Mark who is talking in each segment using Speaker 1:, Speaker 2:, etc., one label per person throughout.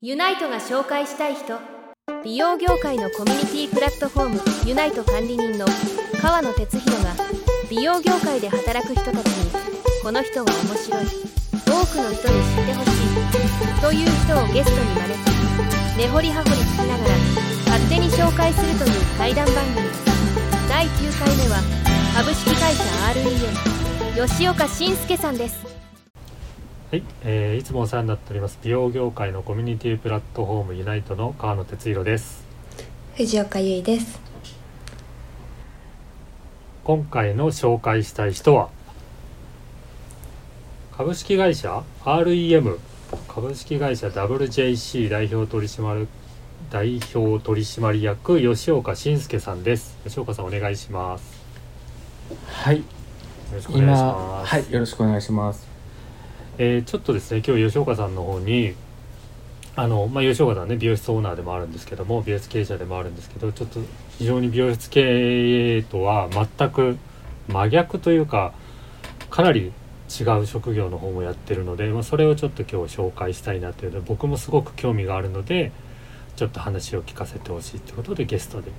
Speaker 1: ユナイトが紹介したい人美容業界のコミュニティプラットフォームユナイト管理人の川野哲弘が美容業界で働く人たちにこの人は面白い多くの人に知ってほしいという人をゲストに招き根掘り葉掘り聞きながら勝手に紹介するという怪談番組第9回目は株式会社 REM 吉岡伸介さんです
Speaker 2: はい、えーいつもお世話になっております美容業界のコミュニティプラットフォームユナイトの川野哲弘です
Speaker 3: 藤岡優衣です。
Speaker 2: 今回の紹介したい人は株式会社 REM 株式会社 WJC 代表取締役代表取締役吉岡信介さんです吉岡さんお願いします
Speaker 4: はい、
Speaker 2: よろしくお願いし
Speaker 4: 今、
Speaker 2: ます、
Speaker 4: はい、よろしくお願いします。
Speaker 2: えーちょっとですね今日吉岡さんの方にあの、まあ、吉岡さんね美容室オーナーでもあるんですけども美容室経営者でもあるんですけどちょっと非常に美容室経営とは全く真逆というかかなり違う職業の方もやってるので、まあ、それをちょっと今日紹介したいなというので僕もすごく興味があるのでちょっと話を聞かせてほしいということでゲストで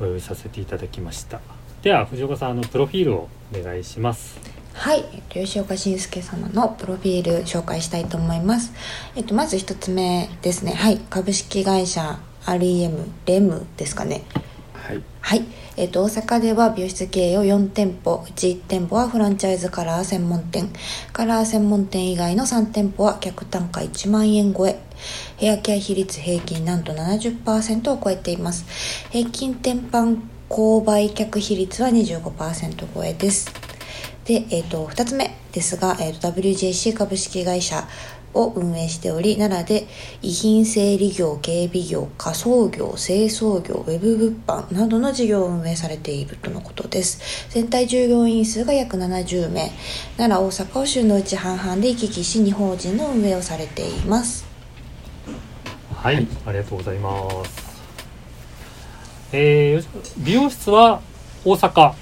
Speaker 2: お呼びさせていただきましたでは藤岡さんあのプロフィールをお願いします
Speaker 3: はい、えっと吉岡信介様のプロフィール紹介したいと思います。えっとまず一つ目ですね。はい、株式会社 REM レムですかね。
Speaker 4: はい、
Speaker 3: はい、えっと大阪では美容室経営を4店舗うち1店舗はフランチャイズカラー専門店カラー専門店以外の3店舗は客単価1万円超えヘアケア比率平均なんと70%を超えています平均店販購買客比率は25%超えですで、えっと2つ目ですが、えっと WJC 株式会社を運営しており奈良で遺品整理業警備業仮想業清掃業ウェブ物販などの事業を運営されているとのことです全体従業員数が約70名奈良大阪を州のうち半々で行き来し日本人の運営をされています
Speaker 2: はい、ありがとうございます。えー、よし美容室は大阪。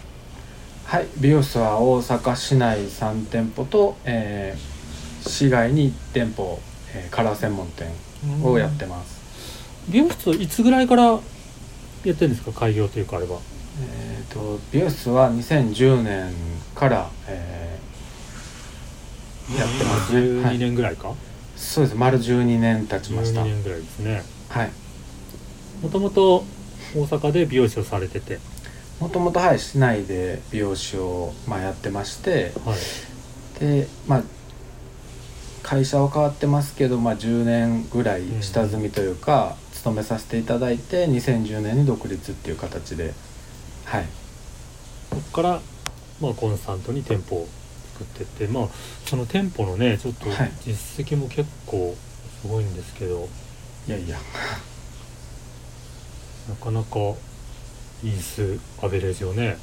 Speaker 4: はい、美容室は大阪市内3店舗と、えー市外に1店舗、えーカラー専門店をやってます。
Speaker 2: 美容室いつぐらいからやってるんですか開業というかあれば。
Speaker 4: えっ、と、美容室は2010年から、えーやってますね。は
Speaker 2: 12
Speaker 4: い、
Speaker 2: 年ぐらいか。
Speaker 4: そうです、丸12年経ちまし
Speaker 2: 12
Speaker 4: た。はい、
Speaker 2: 年ぐらいですね。もともと大阪で美容師をされてて、
Speaker 4: もともとはい、市内で美容師をまあやってまして。
Speaker 2: はい。
Speaker 4: でまあ会社は変わってますけど、まあ、10年ぐらい下積みというか、勤めさせていただいて2010年に独立っていう形ではい
Speaker 2: そこからまあコンスタントに店舗を作ってって、まあその店舗のねちょっと
Speaker 4: はい
Speaker 2: 実績も結構すごいんですけど、
Speaker 4: いやいや
Speaker 2: なかなか因数アベレージをね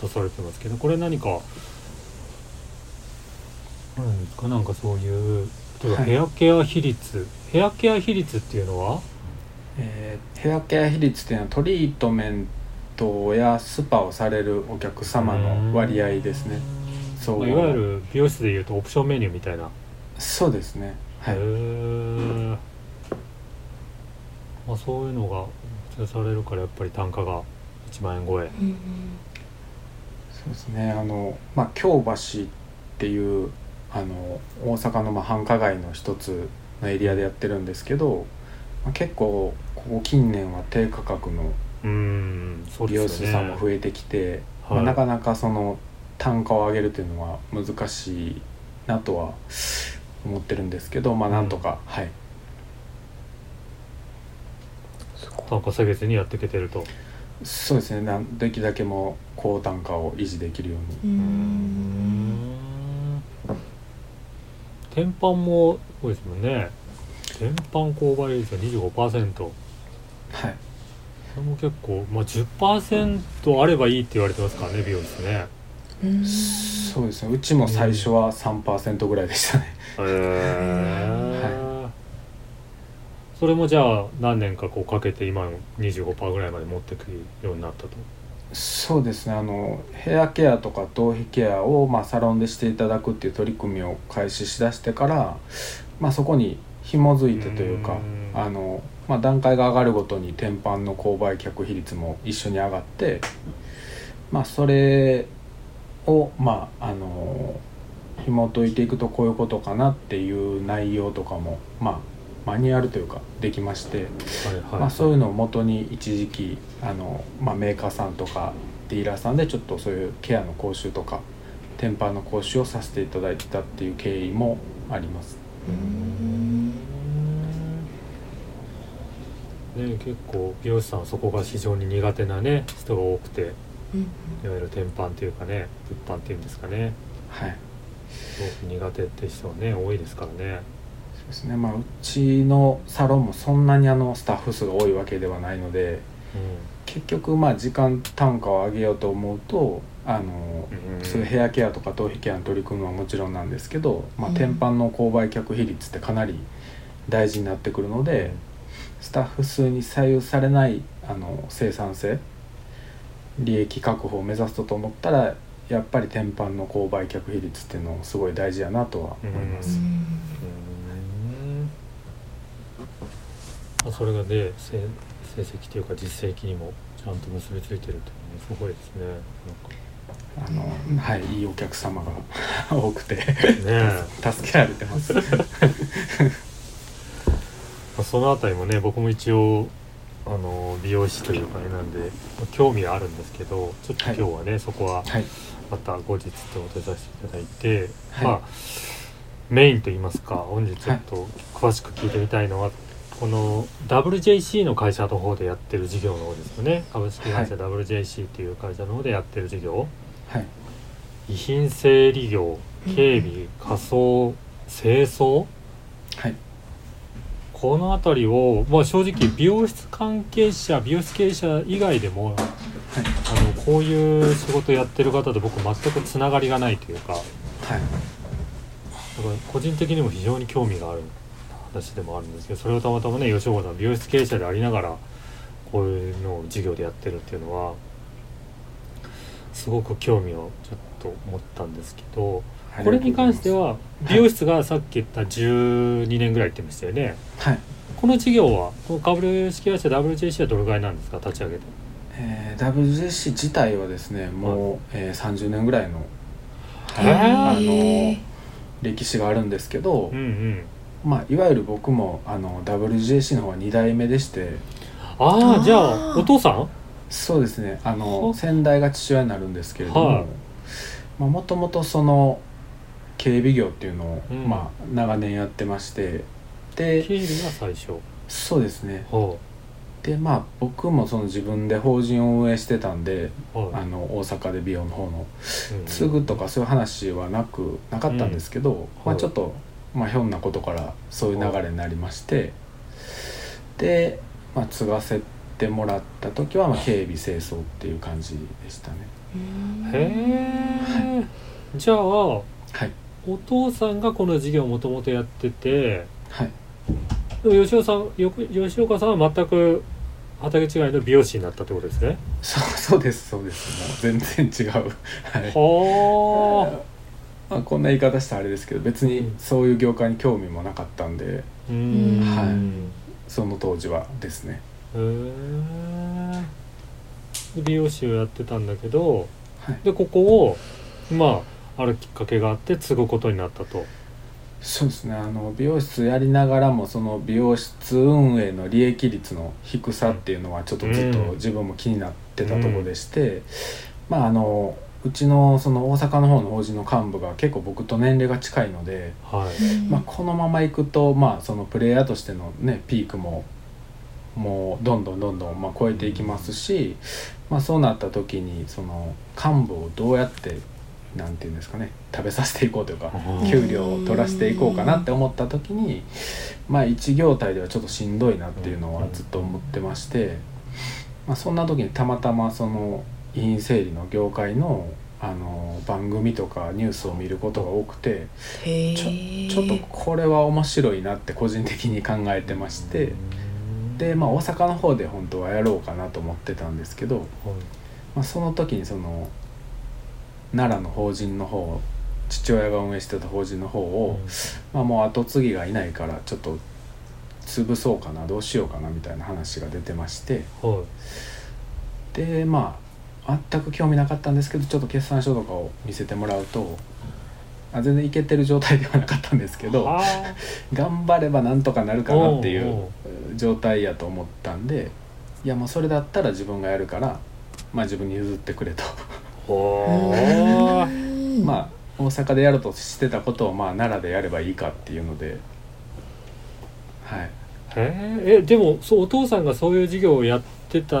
Speaker 2: 出されてますけどこれ何かあるんですかなんかそういう例えば
Speaker 4: はい
Speaker 2: ヘアケア比率、ヘアケア比率っていうのは
Speaker 4: えーヘアケア比率っていうのはトリートメントやスパをされるお客様の割合ですねそう
Speaker 2: まあいわゆる美容室でいうとオプションメニューみたいな、
Speaker 4: そうですねはい
Speaker 2: へーまあ、そういうのが提供されるからやっぱり単価が1万円超え
Speaker 4: そうですねあの、まあ、京橋っていうあの大阪のまあ繁華街の一つのエリアでやってるんですけど、まあ、結構ここ近年は低価格の
Speaker 2: うんそう
Speaker 4: 美
Speaker 2: で
Speaker 4: 容
Speaker 2: す
Speaker 4: 室
Speaker 2: よね
Speaker 4: さんも増えてきて、ま
Speaker 2: は
Speaker 4: あ、
Speaker 2: い
Speaker 4: なかなかその単価を上げるというのは難しいなとは思ってるんですけど、まあ、なんとか、はい
Speaker 2: 単価下げずにやっていけてると
Speaker 4: そうですねなんできるだけもう高単価を維持できるように
Speaker 2: 天板も多いですもんね天板購買率が25%こ
Speaker 4: はい
Speaker 2: れも結構、まあ、10%あればいいって言われてますからね美容室ね
Speaker 3: うん
Speaker 4: そうですねうちも最初は3%ぐらいでしたね
Speaker 2: へえそれもじゃあ何年かこうかけて今の25%ぐらいまで持ってくるようになったと
Speaker 4: そうですねあのヘアケアとか頭皮ケアを、まあ、サロンでしていただくっていう取り組みを開始しだしてから、まあ、そこに紐づいてという
Speaker 2: う
Speaker 4: か
Speaker 2: ん
Speaker 4: あの、まあ、段階が上がるごとに天板の購買客比率も一緒に上がって、まあ、それをまああの紐解いていくとこういうことかなっていう内容とかも、まあ、マニュアルというかできまして、
Speaker 2: はいはい
Speaker 4: まあ、そういうのを元に一時期あの、まあ、メーカーさんとかディーラーさんでちょっとそういうケアの講習とか天板の講習をさせていただいてたっていう経緯もあります。
Speaker 2: ね、結構美容師さんはそこが非常に苦手なね人が多くて
Speaker 3: うん
Speaker 2: いわゆる天板というかね物販っていうんですかね
Speaker 4: はい
Speaker 2: すごく苦手って人はね多いですからね
Speaker 4: そうですねまあ、うちのサロンもそんなにあのスタッフ数が多いわけではないので結局まあ時間単価を上げようと思うとあの
Speaker 2: う、ん、
Speaker 4: そういうヘアケアとか頭皮ケアに取り組むのはもちろんなんですけど、まあ、
Speaker 3: うん
Speaker 4: 天板の購買客比率ってかなり大事になってくるので、スタッフ数に左右されないあの生産性利益確保を目指すと思ったらやっぱり天板の購買客比率っていうのすごい大事やなとは思いま
Speaker 3: う
Speaker 4: す。
Speaker 3: ん
Speaker 2: うんまあそれがね成成績というか実績にもちゃんと結びついてるっていうのもすごいですね
Speaker 4: あのはい、いいお客様が 多くて
Speaker 2: なんかねえ
Speaker 4: 助けられてます。は、
Speaker 2: まあそのあたりもね僕も一応あの美容師というかねなんで、まあ興味はあるんですけどちょっと今日はね、そこはいまた後日ってことでさせていただいて、
Speaker 4: はい
Speaker 2: まあメインといいますか本日ちょっと詳しく聞いてみたいのは、この WJC の会社の方でやってる事業の方ですよね株式会社 WJC っていう会社の方でやってる事業、
Speaker 4: はい、
Speaker 2: 遺品整理業警備仮装清掃
Speaker 4: はい、
Speaker 2: この辺りを、まあ、正直美容室関係者美容室経営者以外でもあのこういう仕事やってる方と僕全くつながりがないというかだか
Speaker 4: はい、
Speaker 2: ら個人的にも非常に興味がある話でもあるんですけどそれをたまたまね吉岡さん美容室経営者でありながらこういうのを授業でやってるっていうのはすごく興味をちょっと持ったんですけどこれに関しては美容室がさっき言った12年ぐらいって言ってましたよね。
Speaker 4: はい、
Speaker 2: この事業は、この株式会社 WJC はどれぐらいなんですか、立ち上げて。
Speaker 4: えー、WJC 自体はですね、もう、えー、30年ぐらいの、はい
Speaker 2: え
Speaker 4: あ
Speaker 3: へ
Speaker 4: の
Speaker 3: ー
Speaker 4: 歴史があるんですけど、
Speaker 2: うんうん。
Speaker 4: まあいわゆる僕もあの WJC の方は2代目でして、
Speaker 2: あ
Speaker 3: あー
Speaker 2: あ、じゃあ、お父さん
Speaker 4: そうですねあ
Speaker 2: ほ
Speaker 4: の先代が父親になるんですけれど
Speaker 2: はい
Speaker 4: もまあもともとその警備業っていうのを、
Speaker 2: うん
Speaker 4: まあ、長年やってましてで
Speaker 2: 経理が最初。
Speaker 4: そうですね
Speaker 2: は
Speaker 4: でまあ僕もその自分で法人を運営してたんで
Speaker 2: あ、は
Speaker 4: あの大阪で美容の方の
Speaker 2: い。うん
Speaker 4: 継ぐとかそういう話はなくなかったんですけど、
Speaker 2: は
Speaker 4: まあ、
Speaker 2: い
Speaker 4: ちょっと、まあ、ひょんなことからそういう流れになりましてで、まあ、継がせてもらった時は、まあ、警備清掃っていう感じでしたね
Speaker 2: へえ。じゃあ、お
Speaker 4: はい
Speaker 2: 父さんがこの事業をもともとやってて、
Speaker 4: はい
Speaker 2: でも吉岡さん、よく吉岡さんは全く畑違いの美容師になったってことですね。
Speaker 4: そう そうですそうですもう全然違うはい、
Speaker 2: は
Speaker 4: まあ、こんな言い方したらあれですけど別にそういう業界に興味もなかったんで
Speaker 2: あ。うん。
Speaker 4: はい
Speaker 2: うん
Speaker 4: その当時はですね
Speaker 2: へーで美容師をやってたんだけど、
Speaker 4: はい
Speaker 2: でここをまああるきっかけがあって継ぐことになったと
Speaker 4: そうですねあの美容室やりながらもその美容室運営の利益率の低さっていうのはちょっとずっと
Speaker 2: うん
Speaker 4: 自分も気になってたところでして、まああのうちのその大阪の方の法人の幹部が結構僕と年齢が近いので、
Speaker 2: はい
Speaker 4: まあ、このままいくと、まあ、そのプレイヤーとしての、ね、ピークももうどんどんどんどん、まあ、超えていきますし、まあ、そうなった時にその幹部をどうやってなんていうんですかね食べさせていこうというか
Speaker 2: うん
Speaker 4: 給料を取らせていこうかなって思った時に、まあ、一業態ではちょっとしんどいなっていうのはずっと思ってまして、まあ、そんな時にたまたまその遺品整理の業界のあの番組とかニュースを見ることが多くて。
Speaker 3: へえ
Speaker 4: ちょっとこれは面白いなって個人的に考えてましてで、まあ、大阪の方で本当はやろうかなと思ってたんですけど、まあ、その時にその奈良の法人の方父親が運営してた法人の方を、まあ、もう後継ぎがいないからちょっと潰そうかなどうしようかなみたいな話が出てまして
Speaker 2: は
Speaker 4: でまあ全く興味なかったんですけどちょっと決算書とかを見せてもらうとあ全然いけてる状態ではなかったんですけ
Speaker 2: い
Speaker 4: ど
Speaker 2: あ
Speaker 4: 頑張ればなんとかなるかなってい
Speaker 2: おう
Speaker 4: う状態やと思ったんでいやもうそれだったら自分がやるからまあ自分に譲ってくれと。
Speaker 2: ーおー
Speaker 3: あ
Speaker 4: まあ大阪でやろうとしてたことをまあ奈良でやればいいかっていうのではい
Speaker 2: へーえでもそうお父さんがそういう事業をやってた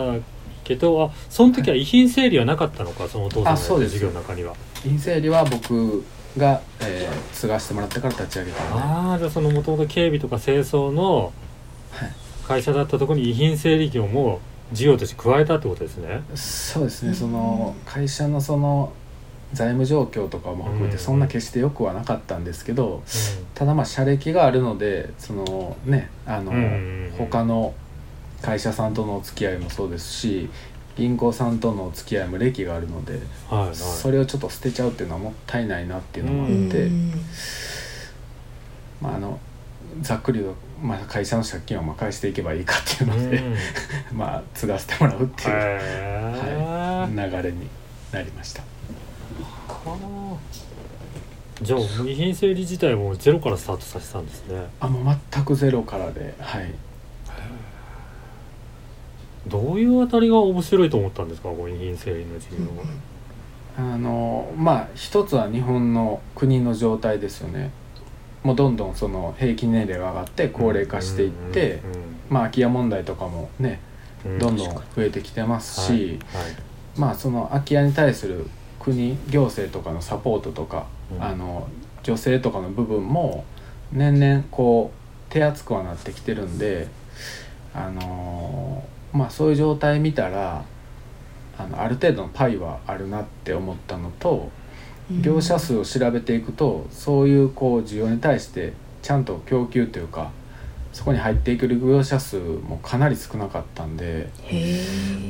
Speaker 2: けどあその時は遺品整理はなかったのかそのお父さん
Speaker 4: あそ
Speaker 2: の
Speaker 4: う
Speaker 2: や
Speaker 4: で
Speaker 2: った事
Speaker 4: す
Speaker 2: 業の中には
Speaker 4: 陰整理は僕が、えー継がしてもらってから立ち上げたのでは
Speaker 2: ああじゃあそのもともと警備とか清掃の
Speaker 4: い
Speaker 2: 会社だったところに遺品整理業も事業として加えたってことですね
Speaker 4: そうですねその会社のその財務状況とかも含め
Speaker 2: う
Speaker 4: て
Speaker 2: ん
Speaker 4: そんな決して良くはなかったんですけどただまあ社歴があるのでそのねあの、
Speaker 2: うん
Speaker 4: 他の会社さんとのお付き合いもそうですし銀行さんとのお付き合いも歴があるので
Speaker 2: はいはい
Speaker 4: それをちょっと捨てちゃうっていうのはもったいないなっていうのもあって、まあ、あのざっくりと、まあ、会社の借金をまあ返していけばいいかっていうので、
Speaker 2: うん
Speaker 4: まあ継がせてもらうっていう
Speaker 2: へー
Speaker 4: 流れになりました。
Speaker 2: はあじゃあ遺品整理自体もゼロからスタートさせたんですね
Speaker 4: あもう全くゼロからで、はい、
Speaker 2: どういうあたりが面白いと思ったんですかこの遺品整理の事業は
Speaker 4: あのまあ一つは日本の国の状態ですよね。もうどんどんその平均年齢が上がって高齢化していって、まあ、空き家問題とかもね
Speaker 2: うんうんうんうん
Speaker 4: どんどん増えてきてますし、
Speaker 2: はい
Speaker 4: まあその空き家に対する国行政とかのサポートとか、
Speaker 2: うん
Speaker 4: あの女性とかの部分も年々こう手厚くはなってきてるんで、あのーまあ、そういう状態見たらあのある程度のパイはあるなって思ったのと業者数を調べていくとそういうこう需要に対してちゃんと供給というかそこに入っていける業者数もかなり少なかったんで。
Speaker 3: へえ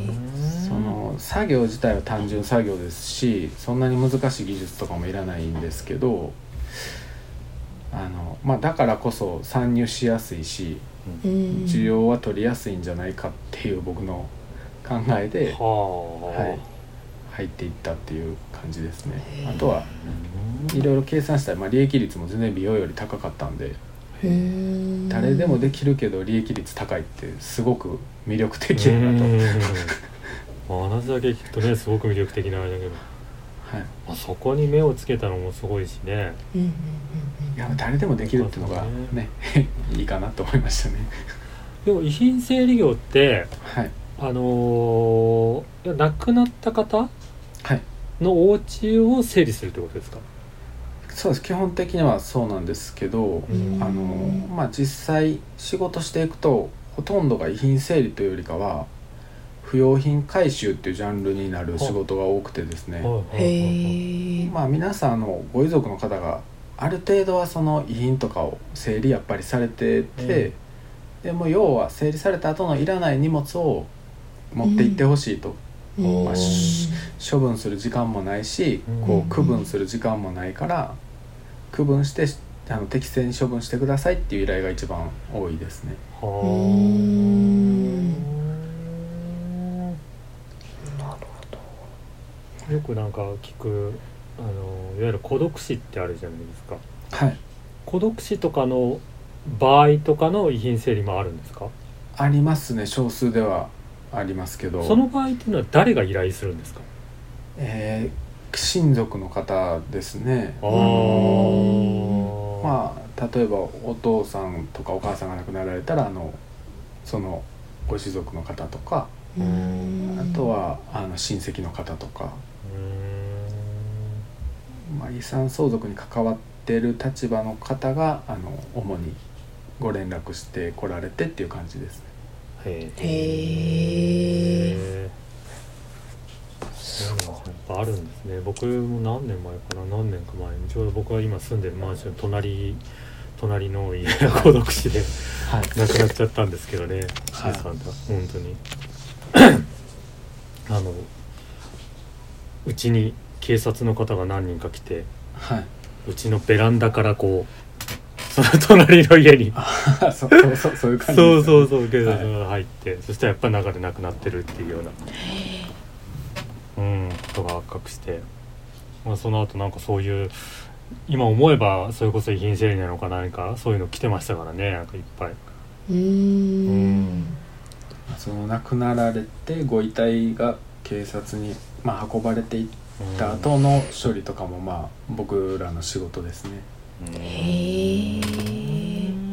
Speaker 2: うん
Speaker 4: その作業自体は単純作業ですしそんなに難しい技術とかもいらないんですけどあの、まあ、だからこそ参入しやすいし需要は取りやすいんじゃないかっていう僕の考えで
Speaker 2: はあ、
Speaker 4: はい入っていったっていう感じですね。あとはいろいろ計算したら、まあ、利益率も全然美容より高かったんで誰でもできるけど利益率高いってすごく魅力的だなと。はい
Speaker 2: と話だけ聞くとねすごく魅力的なあれだけど、まあ、そこに目をつけたのもすごいしね
Speaker 4: いや誰でもできるっていうのがね いいかなと思いましたね。
Speaker 2: でも遺品整理業って
Speaker 4: はい
Speaker 2: あのーいや亡くなった方
Speaker 4: はい
Speaker 2: のお家を整理するってことですか
Speaker 4: そうです基本的にはそうなんですけど、
Speaker 2: うん
Speaker 4: あのまあ実際仕事していくとほとんどが遺品整理というよりかは不用品回収っていうジャンルになる仕事が多くてですね、
Speaker 3: へえ
Speaker 4: まあ皆さんあのご遺族の方がある程度はその遺品とかを整理やっぱりされてて、
Speaker 2: うん
Speaker 4: でも要は整理された後のいらない荷物を持って行ってほしいと、まあし処分する時間もないし、
Speaker 2: うん
Speaker 4: こう区分する時間もないから区分してあの適正に処分してくださいっていう依頼が一番多いですね。
Speaker 2: はあよくなんか聞くあのいわゆる孤独死ってあるじゃないですか
Speaker 4: はい、
Speaker 2: 孤独死とかの場合とかの遺品整理もあるんですか
Speaker 4: ありますね少数ではありますけど
Speaker 2: その場合っていうのは誰が依頼するんですか
Speaker 4: えー親族の方ですね
Speaker 2: ああ
Speaker 4: まあ例えばお父さんとかお母さんが亡くなられたらあのそのご子族の方とかあとはあの親戚の方とかまあ、遺産相続に関わってる立場の方があの主にご連絡してこられてっていう感じですね。
Speaker 2: へ
Speaker 3: へ
Speaker 2: えそういうのがやっぱあるんですね僕も何年前かな何年か前にちょうど僕が今住んでるマンションの隣隣の家が孤独死で
Speaker 4: はい、
Speaker 2: 亡くなっちゃったんですけどね C
Speaker 4: はい
Speaker 2: さんと本当に あのうちに警察の方が何人か来て
Speaker 4: はいう
Speaker 2: ちのベランダからこうその隣の家に
Speaker 4: あそうそうそうそういう 感じ
Speaker 2: そうそう
Speaker 4: う
Speaker 2: そう警
Speaker 4: はい
Speaker 2: 察が入って、そしたらやっぱ中で亡くなってるっていうようなうんことが発覚して、まあ、その後なんかそういう今思えばそれこそ遺品整理なのか何かそういうの来てましたからねなんかいっぱい。
Speaker 3: うーん
Speaker 2: うん
Speaker 4: その亡くなられてご遺体が警察に、まあ、運ばれていった後の処理とかもまあ僕らの仕事ですね
Speaker 2: うん
Speaker 3: へえ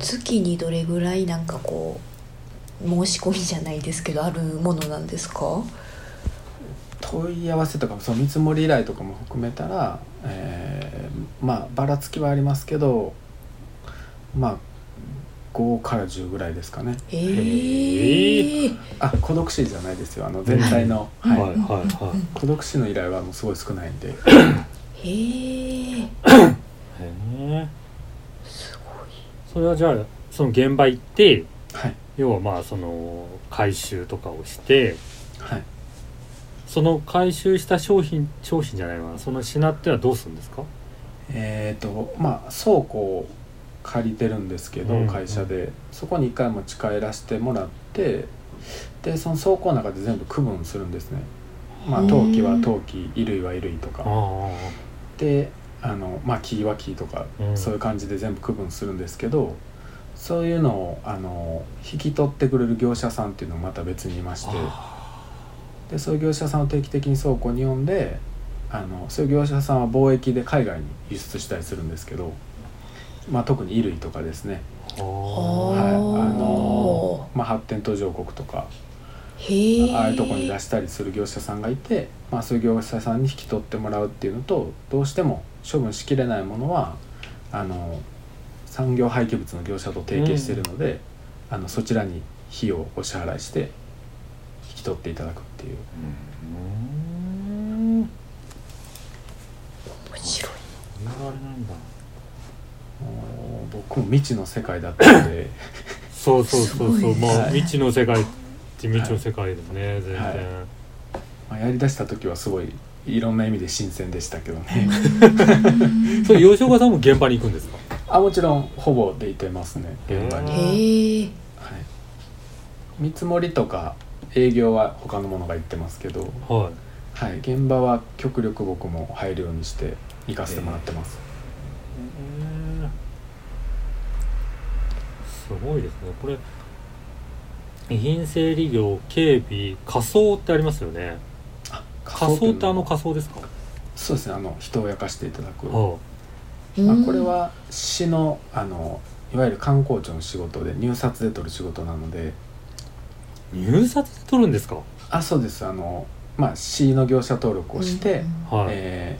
Speaker 3: 月にどれぐらいなんかこう申し込みじゃないですけどあるものなんですか
Speaker 4: 問い合わせとかその見積もり依頼とかも含めたら、えーまあばらつきはありますけどまあ5から10ぐらいですかね
Speaker 3: え
Speaker 2: へ
Speaker 3: え
Speaker 4: あ孤独死じゃないですよあの全体の、
Speaker 2: はい
Speaker 4: は
Speaker 2: はいいはい。
Speaker 4: 孤独死の依頼はもうすごい少ないんで
Speaker 3: へえ
Speaker 2: へえそれはじゃあその現場行って
Speaker 4: はい
Speaker 2: 要はまあその回収とかをして
Speaker 4: はい
Speaker 2: その回収した商品商品じゃないわその品ってのはどうするんですか
Speaker 4: えー、とまあ倉庫を借りてるんですけど、
Speaker 2: うんうん
Speaker 4: 会社でそこに一回持ち帰らせてもらってでその倉庫の中で全部区分するんですねまあ
Speaker 3: うん
Speaker 4: 陶器は陶器衣類は衣類とか
Speaker 2: あ
Speaker 4: であのまあ木は木とか、
Speaker 2: うん
Speaker 4: そういう感じで全部区分するんですけどそういうのをあの引き取ってくれる業者さんっていうのもまた別にいましてでそういう業者さんを定期的に倉庫に呼んであのそういう業者さんは貿易で海外に輸出したりするんですけど、まあ、特に衣類とかですね、
Speaker 3: お
Speaker 4: はい、
Speaker 3: ー
Speaker 4: あのまあ、発展途上国とか
Speaker 3: へえ
Speaker 4: ああいうとこに出したりする業者さんがいて、まあ、そういう業者さんに引き取ってもらうっていうのとどうしても処分しきれないものはあの産業廃棄物の業者と提携しているので、あのそちらに費用をお支払いして引き取っていただくっていう。
Speaker 2: うん
Speaker 3: 面白い
Speaker 2: そんなあれなんだ
Speaker 4: もう僕も未知の世界だったので
Speaker 2: そうそうそう
Speaker 3: す
Speaker 2: そ
Speaker 3: ご
Speaker 2: う
Speaker 3: いですね
Speaker 2: まあ未知の世界って未知の世界ですね、全然、
Speaker 4: はいまあやりだした時はすごいいろんな意味で新鮮でしたけど ね
Speaker 2: それ吉岡さんも現場に行くんですか
Speaker 4: あもちろんほぼでいてますね現場に、
Speaker 2: へ
Speaker 4: はい、
Speaker 3: へえ
Speaker 4: 見積もりとか営業は他のものが行ってますけど、
Speaker 2: はい
Speaker 4: はい、現場は極力僕も入るようにして行かせてもらってます、
Speaker 2: すごいですねこれ遺品整理業警備仮想ってありますよね仮想ってあの仮想ですか
Speaker 4: そうですねあの人を焼かしていただく、
Speaker 2: は
Speaker 4: まあ、これは市のあのいわゆる観光庁の仕事で入札で取る仕事なので
Speaker 2: あ入札で取るんですか
Speaker 4: あそうですあのまあ市の業者登録をして、
Speaker 2: はい、
Speaker 4: え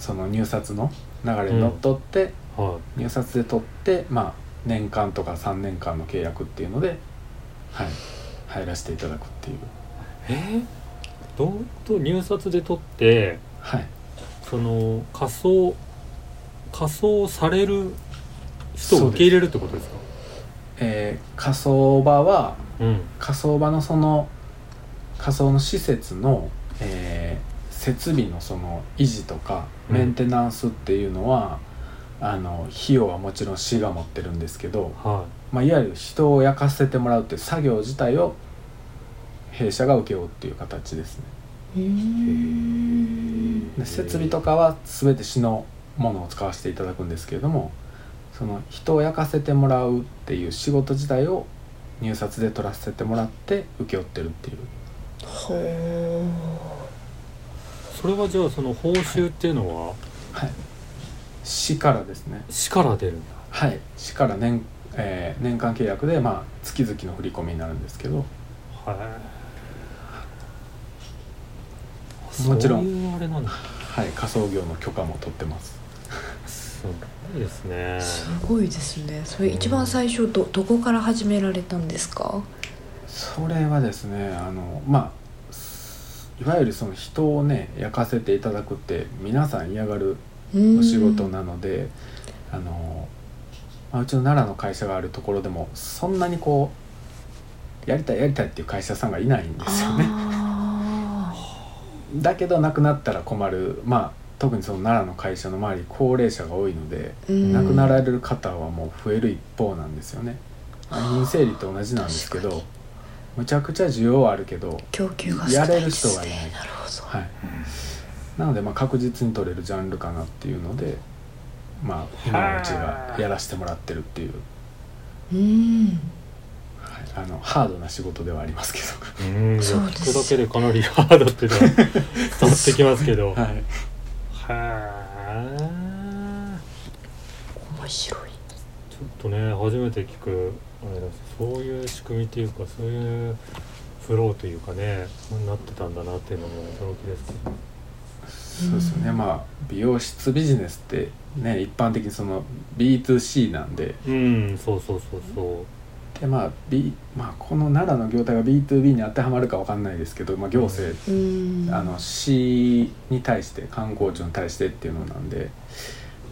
Speaker 4: ーその入札の流れにのっとって、
Speaker 2: は
Speaker 4: 入札で取って、まあ、年間とか3年間の契約っていうので、はい、入らせていただくっていう、
Speaker 2: いえー、どういうこと入札で取って
Speaker 4: はい、
Speaker 2: その仮想仮想される人
Speaker 4: そ
Speaker 2: を
Speaker 4: うです
Speaker 2: 受け入れるってことですか
Speaker 4: えー仮想場は
Speaker 2: うん
Speaker 4: 仮想場のその仮想の施設の、えー設備のその維持とか
Speaker 2: うん
Speaker 4: メンテナンスっていうのは、あの費用はもちろん市が持ってるんですけど、
Speaker 2: は
Speaker 4: まあ、いわゆる人を焼かせてもらうっていう作業自体を弊社が請け負うっていう形ですね
Speaker 3: うー
Speaker 2: へ
Speaker 4: で
Speaker 3: ん
Speaker 2: ー
Speaker 4: 設備とかは全て市のものを使わせていただくんですけれどもその人を焼かせてもらうっていう仕事自体を入札で取らせてもらって請け負ってるっていう
Speaker 3: ほう
Speaker 2: それはじゃあその報酬っていうのは
Speaker 4: 市からですね
Speaker 2: 市から出るんだ
Speaker 4: はい市から年,、えー年間契約で、まあ、月々の振り込みになるんですけど
Speaker 2: はい。
Speaker 4: もちろん
Speaker 2: そういうあれなんだ。
Speaker 4: はい仮想業の許可も取ってます
Speaker 2: すごいですね。
Speaker 3: すごいですねそれ一番最初どどこから始められたんですか
Speaker 4: それはですねあのまあすいわゆるその人をね焼かせていただくって皆さん嫌がるお
Speaker 3: お
Speaker 4: 仕事なので、あの、まあ、うちの奈良の会社があるところでもそんなにこうやりたいやりたいっていう会社さんがいないんですよね
Speaker 3: あ
Speaker 4: だけどなくなったら困るまあ特にその奈良の会社の周り高齢者が多いので、
Speaker 3: うん
Speaker 4: 亡くなられる方はもう増える一方なんですよね。まあ陰生理と同じなんですけ
Speaker 3: 確
Speaker 4: どむちゃくちゃ需要はあるけど、
Speaker 3: 供給が少ないです、ね、
Speaker 4: やれる人がいない
Speaker 3: なるほど
Speaker 4: はい、なのでまあ確実に取れるジャンルかなっていうので、まあ、今のうちがやらせてもらってるっていう、
Speaker 3: うん
Speaker 4: はい、あのハードな仕事ではありますけ
Speaker 2: うんいや
Speaker 3: そうです
Speaker 2: 聞くだけでかなりハードっていうのは伝わってきますけど
Speaker 4: ど、 はい、
Speaker 2: はあ
Speaker 3: 面白い
Speaker 2: ちょっとね初めて聞くあれだしそういう仕組みっていうかそういうフローというかねなってたんだなっていうのも驚きですけど
Speaker 4: そうですよねまあ美容室ビジネスってね一般的にその B2C なんで
Speaker 2: うんそうそうそうそう
Speaker 4: で、まあ B まあ、この奈良の業態が B2B に当てはまるかわかんないですけど、まあ、行政、
Speaker 3: うん
Speaker 4: あの市に対して観光庁に対してっていうのなんで、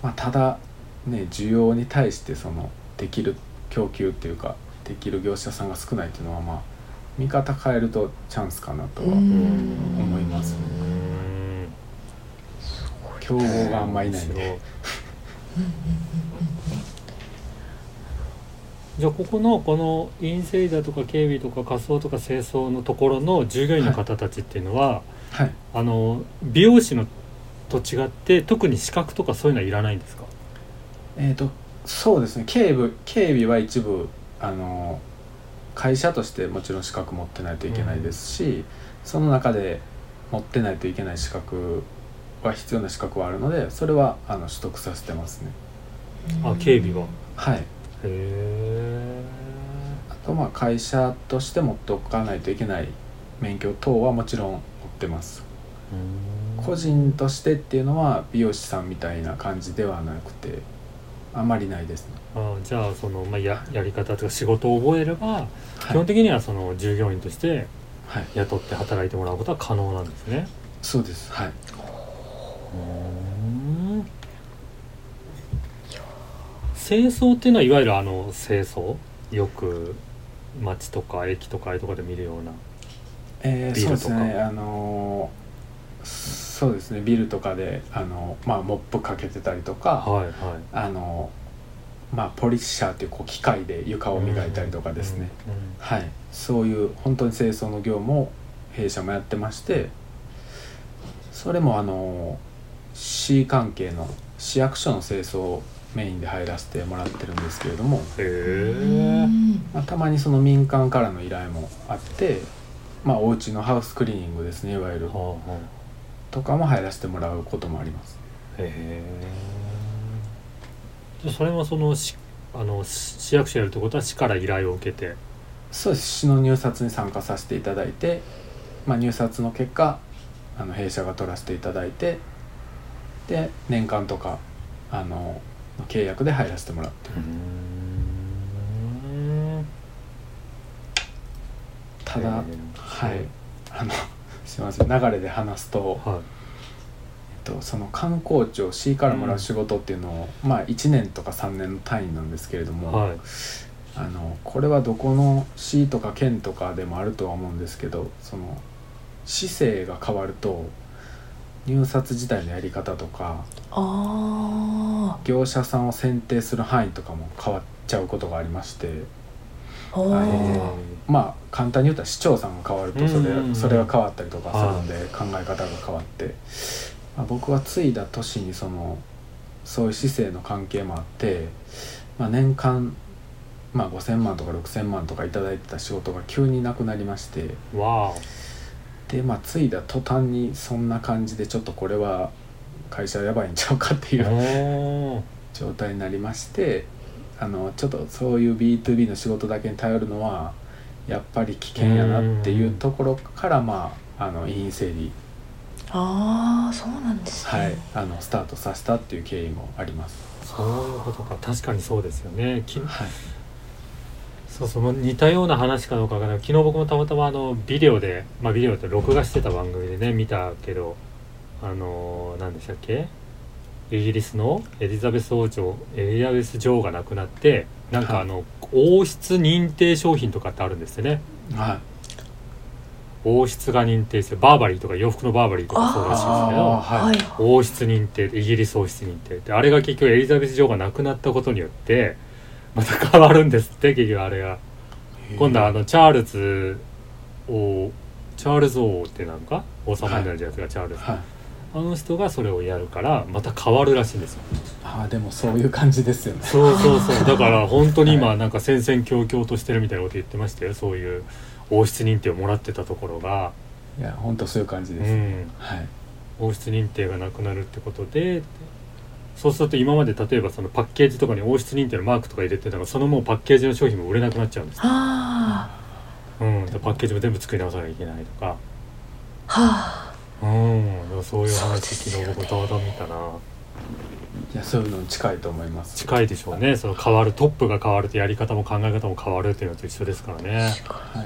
Speaker 4: まあ、ただね需要に対してそのできる供給っていうかできる業者さんが少ないっていうのはまあ見方変えるとチャンスかなとは
Speaker 3: うん
Speaker 4: 思いますね
Speaker 2: うん
Speaker 4: 競合があんまいないん
Speaker 2: そう
Speaker 4: で
Speaker 2: じゃあここのこの陰性だとか警備とか仮装とか清掃のところの従業員の方たちっていうのは、
Speaker 4: はい
Speaker 2: あの美容師のと違って特に資格とかそういうのはいらないんですか
Speaker 4: えー、とそうですね警部警備は一部あの会社としてもちろん資格持ってないといけないですし、その中で持ってないといけない資格は必要な資格はあるのでそれはあの取得させてますね
Speaker 2: あ警備は
Speaker 4: はい
Speaker 2: へえ
Speaker 4: あとまあ会社として持っておかないといけない免許等はもちろん持ってます個人としてっていうのは美容師さんみたいな感じではなくてあまりないですね、
Speaker 2: あじゃあその、まあ、ややり方とか仕事を覚えれば基
Speaker 4: はい
Speaker 2: 本、的にはその従業員として
Speaker 4: はい、
Speaker 2: 雇って働いてもらうことは可能なんですね。
Speaker 4: そうですはい
Speaker 2: 清掃っていうのはいわゆるあの清掃よく街とか駅とかああいうとかで見るような
Speaker 4: えー
Speaker 2: ビル
Speaker 4: そう
Speaker 2: とか
Speaker 4: ですねあのーそうですねビルとかであの、まあ、モップかけてたりとか
Speaker 2: はいはい
Speaker 4: あの、まあ、ポリッシャーっていうこう機械で床を磨いたりとかですね、、
Speaker 2: うんうん
Speaker 4: はいそういう本当に清掃の業務を弊社もやってましてそれもあの市関係の市役所の清掃をメインで入らせてもらってるんですけれども、
Speaker 2: へ
Speaker 4: まあ、たまにその民間からの依頼もあって、まあ、お家のハウスクリーニングですねいわゆ
Speaker 2: え
Speaker 4: る
Speaker 2: はあはあ
Speaker 4: とかも入らせてもらうこともあります
Speaker 2: へえそれはそのしあのし市役所やるってことは市から依頼を受けて
Speaker 4: そうです市の入札に参加させていただいて、まあ、入札の結果あの弊社が取らせていただいてで年間とかあの契約で入らせてもらってるただ、はいあのすいません流れで話すと、
Speaker 2: は
Speaker 4: えっと、その観光庁市からもらう仕事っていうのを、まあ1年とか3年の単位なんですけれど
Speaker 2: い
Speaker 4: も、
Speaker 2: はい
Speaker 4: あのこれはどこの市とか県とかでもあるとは思うんですけどその市政が変わると入札自体のやり方とか
Speaker 3: あ
Speaker 4: 業者さんを選定する範囲とかも変わっちゃうことがありまして
Speaker 3: ーあー
Speaker 4: はまあ簡単に言うたら市長さんが変わるとそれ,、
Speaker 2: うんうんうん
Speaker 4: それが変わったりとかするので考え方が変わって、まあ、僕は継いだ年にそのそういう市政の関係もあって、まあ、年間、まあ、5,000万とか6,000万とかいただいてた仕事が急になくなりまして
Speaker 2: わあ
Speaker 4: でまあ継いだ途端にそんな感じでちょっとこれは会社やばいんちゃうかっていう
Speaker 2: おー
Speaker 4: 状態になりましてあのちょっとそういう B2B の仕事だけに頼るのはやっぱり危険やなっていうところからまああの陰整理、
Speaker 3: あーそうなんですね、
Speaker 4: はい、あのスタートさせたっていう経緯もあります。
Speaker 2: そういうことか確かにそうですよねき
Speaker 4: はい、
Speaker 2: そうそうもう似たような話かどうかわからない昨日僕もたまたまあのビデオでまあビデオって録画してた番組でね見たけどあのー何でしたっけイギリスのエリザベス王女エリザベス女王が亡くなってなんかあの、王室認定商品とかってあるんですよね
Speaker 4: はい、
Speaker 2: 王室が認定してバーバリーとか洋服のバーバリーとかそうらしいですけど
Speaker 4: あーはい
Speaker 2: 王室認定イギリス王室認定であれが結局エリザベス女王が亡くなったことによってまた変わるんですって結局あれが今度はあのチャールズ王チャールズ王ってなんか王様になるじゃないですか、チャールズ
Speaker 4: はい
Speaker 2: あの人がそれをやるからまた変わるらしいんですよ
Speaker 4: ああでもそういう感じですよね
Speaker 2: そうそう そうだから本当に今なんか戦々恐々としてるみたいなこと言ってましたよそういう王室認定をもらってたところが、
Speaker 4: いや本当そういう感じ
Speaker 2: う
Speaker 4: です、
Speaker 2: ん、
Speaker 4: はい
Speaker 2: 王室認定がなくなるってことでそうすると今まで例えばそのパッケージとかに王室認定のマークとか入れてたらそのもうパッケージの商品も売れなくなっちゃうんです、
Speaker 3: あ
Speaker 2: うん、だからパッケージも全部作り直さなきゃいけないとか、
Speaker 3: あはあ
Speaker 2: うん、だからそういう
Speaker 3: そうで
Speaker 2: 話
Speaker 3: すよ
Speaker 2: 昨
Speaker 3: ね
Speaker 2: 日ごたごた見たな
Speaker 4: いやそういうのに近いと思います
Speaker 2: 近いでしょうねその変わるトップが変わるとやり方も考え方も変わるっていうのと一緒ですからね
Speaker 4: は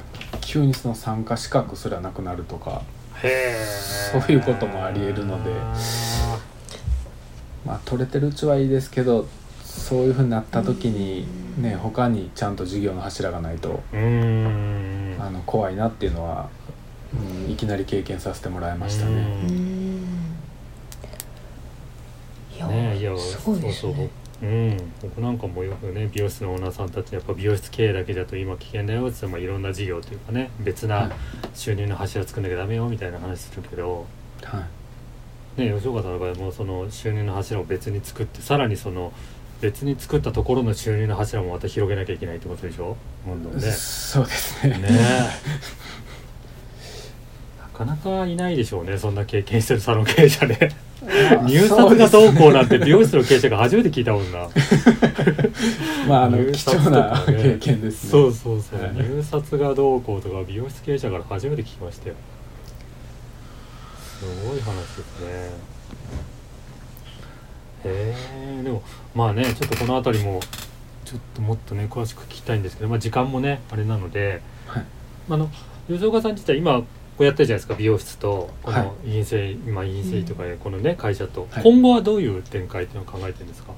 Speaker 4: い、急にその参加資格すらなくなるとか、
Speaker 2: へえ
Speaker 4: そういうこともありえるのでまあ、取れてるうちはいいですけどそういうふうになった時に、ね、他にちゃんと事業の柱がないと
Speaker 2: うん
Speaker 4: あの怖いなっていうのは、うん、いきなり経験させてもらいました
Speaker 2: う
Speaker 4: ね。
Speaker 3: うんんいや
Speaker 2: ねいや
Speaker 3: すごいです
Speaker 2: そう
Speaker 3: ね
Speaker 2: そううん僕なんかもよくね美容室のオーナーさんたちやっぱ美容室経営だけだと今危険だよって言ってまあいろんな事業というかね別
Speaker 4: は
Speaker 2: ない収入の柱作んなきゃダメよみたいな話するけど、
Speaker 4: はい
Speaker 2: ね、吉岡さんの場合もその収入の柱を別に作ってさらにその別に作ったところの収入の柱もまた広げなきゃいけないってことでしょどんどんね。
Speaker 4: そうですね
Speaker 2: ねなかなかいないでしょうねそんな経験してるサロン経営者ね。
Speaker 4: まあ
Speaker 2: 入
Speaker 4: そう
Speaker 2: 札
Speaker 4: で
Speaker 2: が
Speaker 4: す
Speaker 2: どうこうなんて美容室の経営者が初めて聞いたもんな
Speaker 4: まああの
Speaker 2: 入
Speaker 4: 貴
Speaker 2: 札と
Speaker 4: 重
Speaker 2: かね
Speaker 4: な経験ですね
Speaker 2: そうそうそう、
Speaker 4: はい
Speaker 2: 入札がどうこうとか美容室経営者から初めて聞きましたよすごい話ですねへえでもまあねちょっとこの辺りもちょっともっとね詳しく聞きたいんですけど、まあ、時間もねあれなので、
Speaker 4: はい
Speaker 2: あの吉岡さん自体今こうやってるじゃないですか美容室とこ
Speaker 4: はい
Speaker 2: の陰性、今陰性とかねこのね会社と、
Speaker 4: はい
Speaker 2: 今後はどういう展開っていうのを考えてるんですか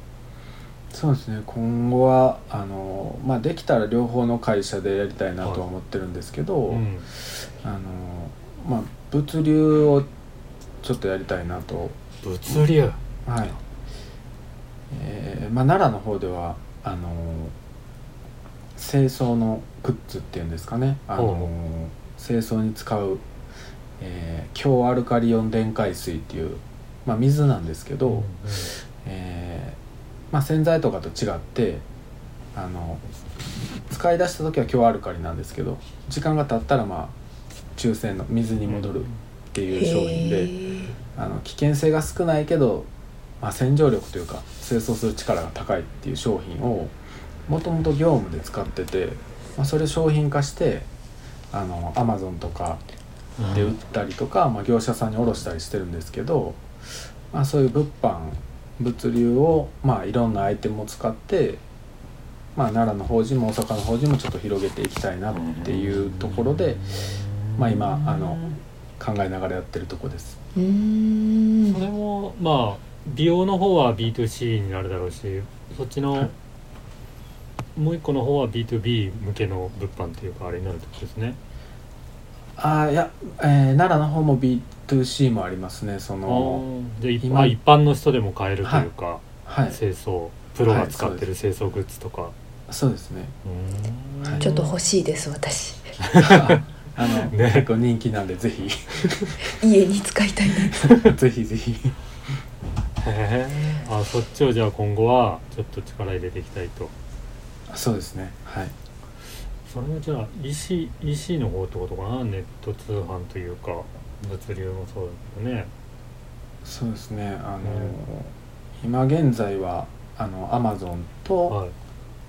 Speaker 4: そうですね今後はあの、まあ、できたら両方の会社でやりたいなとは思ってるんですけど、
Speaker 2: うん
Speaker 4: あのまあ物流をちょっとやりたいなと
Speaker 2: 物流
Speaker 4: はい、えーまあ、奈良の方ではあの清掃のグッズっていうんですかねあ
Speaker 2: ほうほ
Speaker 4: の清掃に使う、えー強アルカリオン電解水っていう、まあ、水なんですけど、
Speaker 2: ん
Speaker 4: えーまあ、洗剤とかと違ってあの使い出した時は強アルカリなんですけど時間が経ったらまあ中性の水に戻るっていう商品で。
Speaker 3: へ
Speaker 4: あの危険性が少ないけど、まあ、洗浄力というか清掃する力が高いっていう商品をもともと業務で使ってて、まあ、それ商品化してあのアマゾンとか
Speaker 2: うん
Speaker 4: で売ったりとか、まあ、業者さんに卸したりしてるんですけど、まあ、そういう物販物流を、まあ、いろんなアイテムを使って、まあ、奈良の方陣も大阪の方陣もちょっと広げていきたいなっていうところで、まあ、今あの考えながらやってるとこです。
Speaker 3: ーうーん
Speaker 2: それもまあ美容の方は B2C になるだろうしそっちの、
Speaker 4: はい
Speaker 2: もう一個の方は B2B 向けの物販っていうかあれになるってことですね
Speaker 4: あーいや、えー奈良の方も B2C もありますねそ
Speaker 2: あ
Speaker 4: の、
Speaker 2: ーで一
Speaker 4: 今
Speaker 2: まあ一般の人でも買えるというか、
Speaker 4: はい
Speaker 2: 清掃プロが使ってる清掃グッズとか、
Speaker 4: そうです ね
Speaker 2: うーん
Speaker 3: ちょっと欲しいです私
Speaker 4: あの、
Speaker 2: ね
Speaker 4: 結構人気なんでぜ ひ
Speaker 3: 家に使いたいな
Speaker 4: ぜひぜひ
Speaker 2: へえあそっちをじゃあ今後はちょっと力入れていきたいと
Speaker 4: そうですねはい
Speaker 2: それもじゃあ EC, EC の方ってことかなネット通販というか物流もそうだけどね
Speaker 4: そうですねあ
Speaker 2: う
Speaker 4: の、
Speaker 2: ん
Speaker 4: 今現在はあの Amazon と、
Speaker 2: はい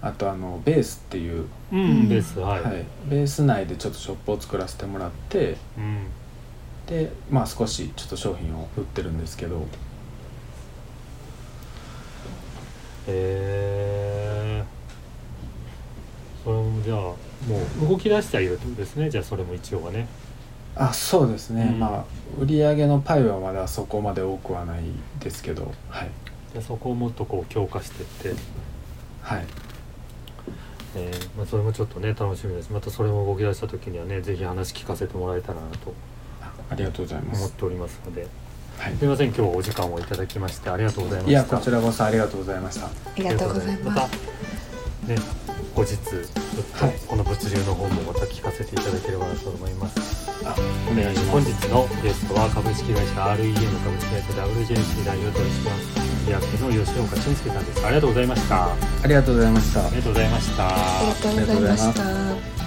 Speaker 4: あとあのベースっていう、
Speaker 2: う
Speaker 3: うん
Speaker 2: んですは、
Speaker 4: はいベース内でちょっとショップを作らせてもらって
Speaker 2: うん
Speaker 4: でまあ少しちょっと商品を売ってるんですけど
Speaker 2: へえそれもじゃあもう動き出してはいるってことですねじゃあそれも一応はね
Speaker 4: あそうですね、
Speaker 2: うん
Speaker 4: まあ売り上げのパイはまだそこまで多くはないですけどはい
Speaker 2: じゃあそこをもっとこう強化してって
Speaker 4: はい
Speaker 2: えーまあ、それもちょっとね楽しみですまたそれも動き出した時にはねぜひ話聞かせてもらえたらなと
Speaker 4: ありがとうございま
Speaker 2: 思っ
Speaker 4: す、
Speaker 2: ておりますので
Speaker 4: はい
Speaker 2: すいません今日はお時間をいただきましてありがとうございました
Speaker 4: いやこちらこそありがとうございました
Speaker 3: ありがとうございま
Speaker 2: とい
Speaker 3: す。
Speaker 2: うことでまたね後日ちょっとこの物流の方もまた聞かせていただければなと思います
Speaker 4: あ
Speaker 2: お
Speaker 4: お願
Speaker 2: 願
Speaker 4: い
Speaker 2: い
Speaker 4: し
Speaker 2: し
Speaker 4: ま
Speaker 2: ますす本日のゲストは株式会社 REM 株式会社 WJC 代表取締役の吉岡俊介さんですありがとうございましたあ
Speaker 4: ありがとうございました
Speaker 2: りがとうございました
Speaker 3: ありがとうございました。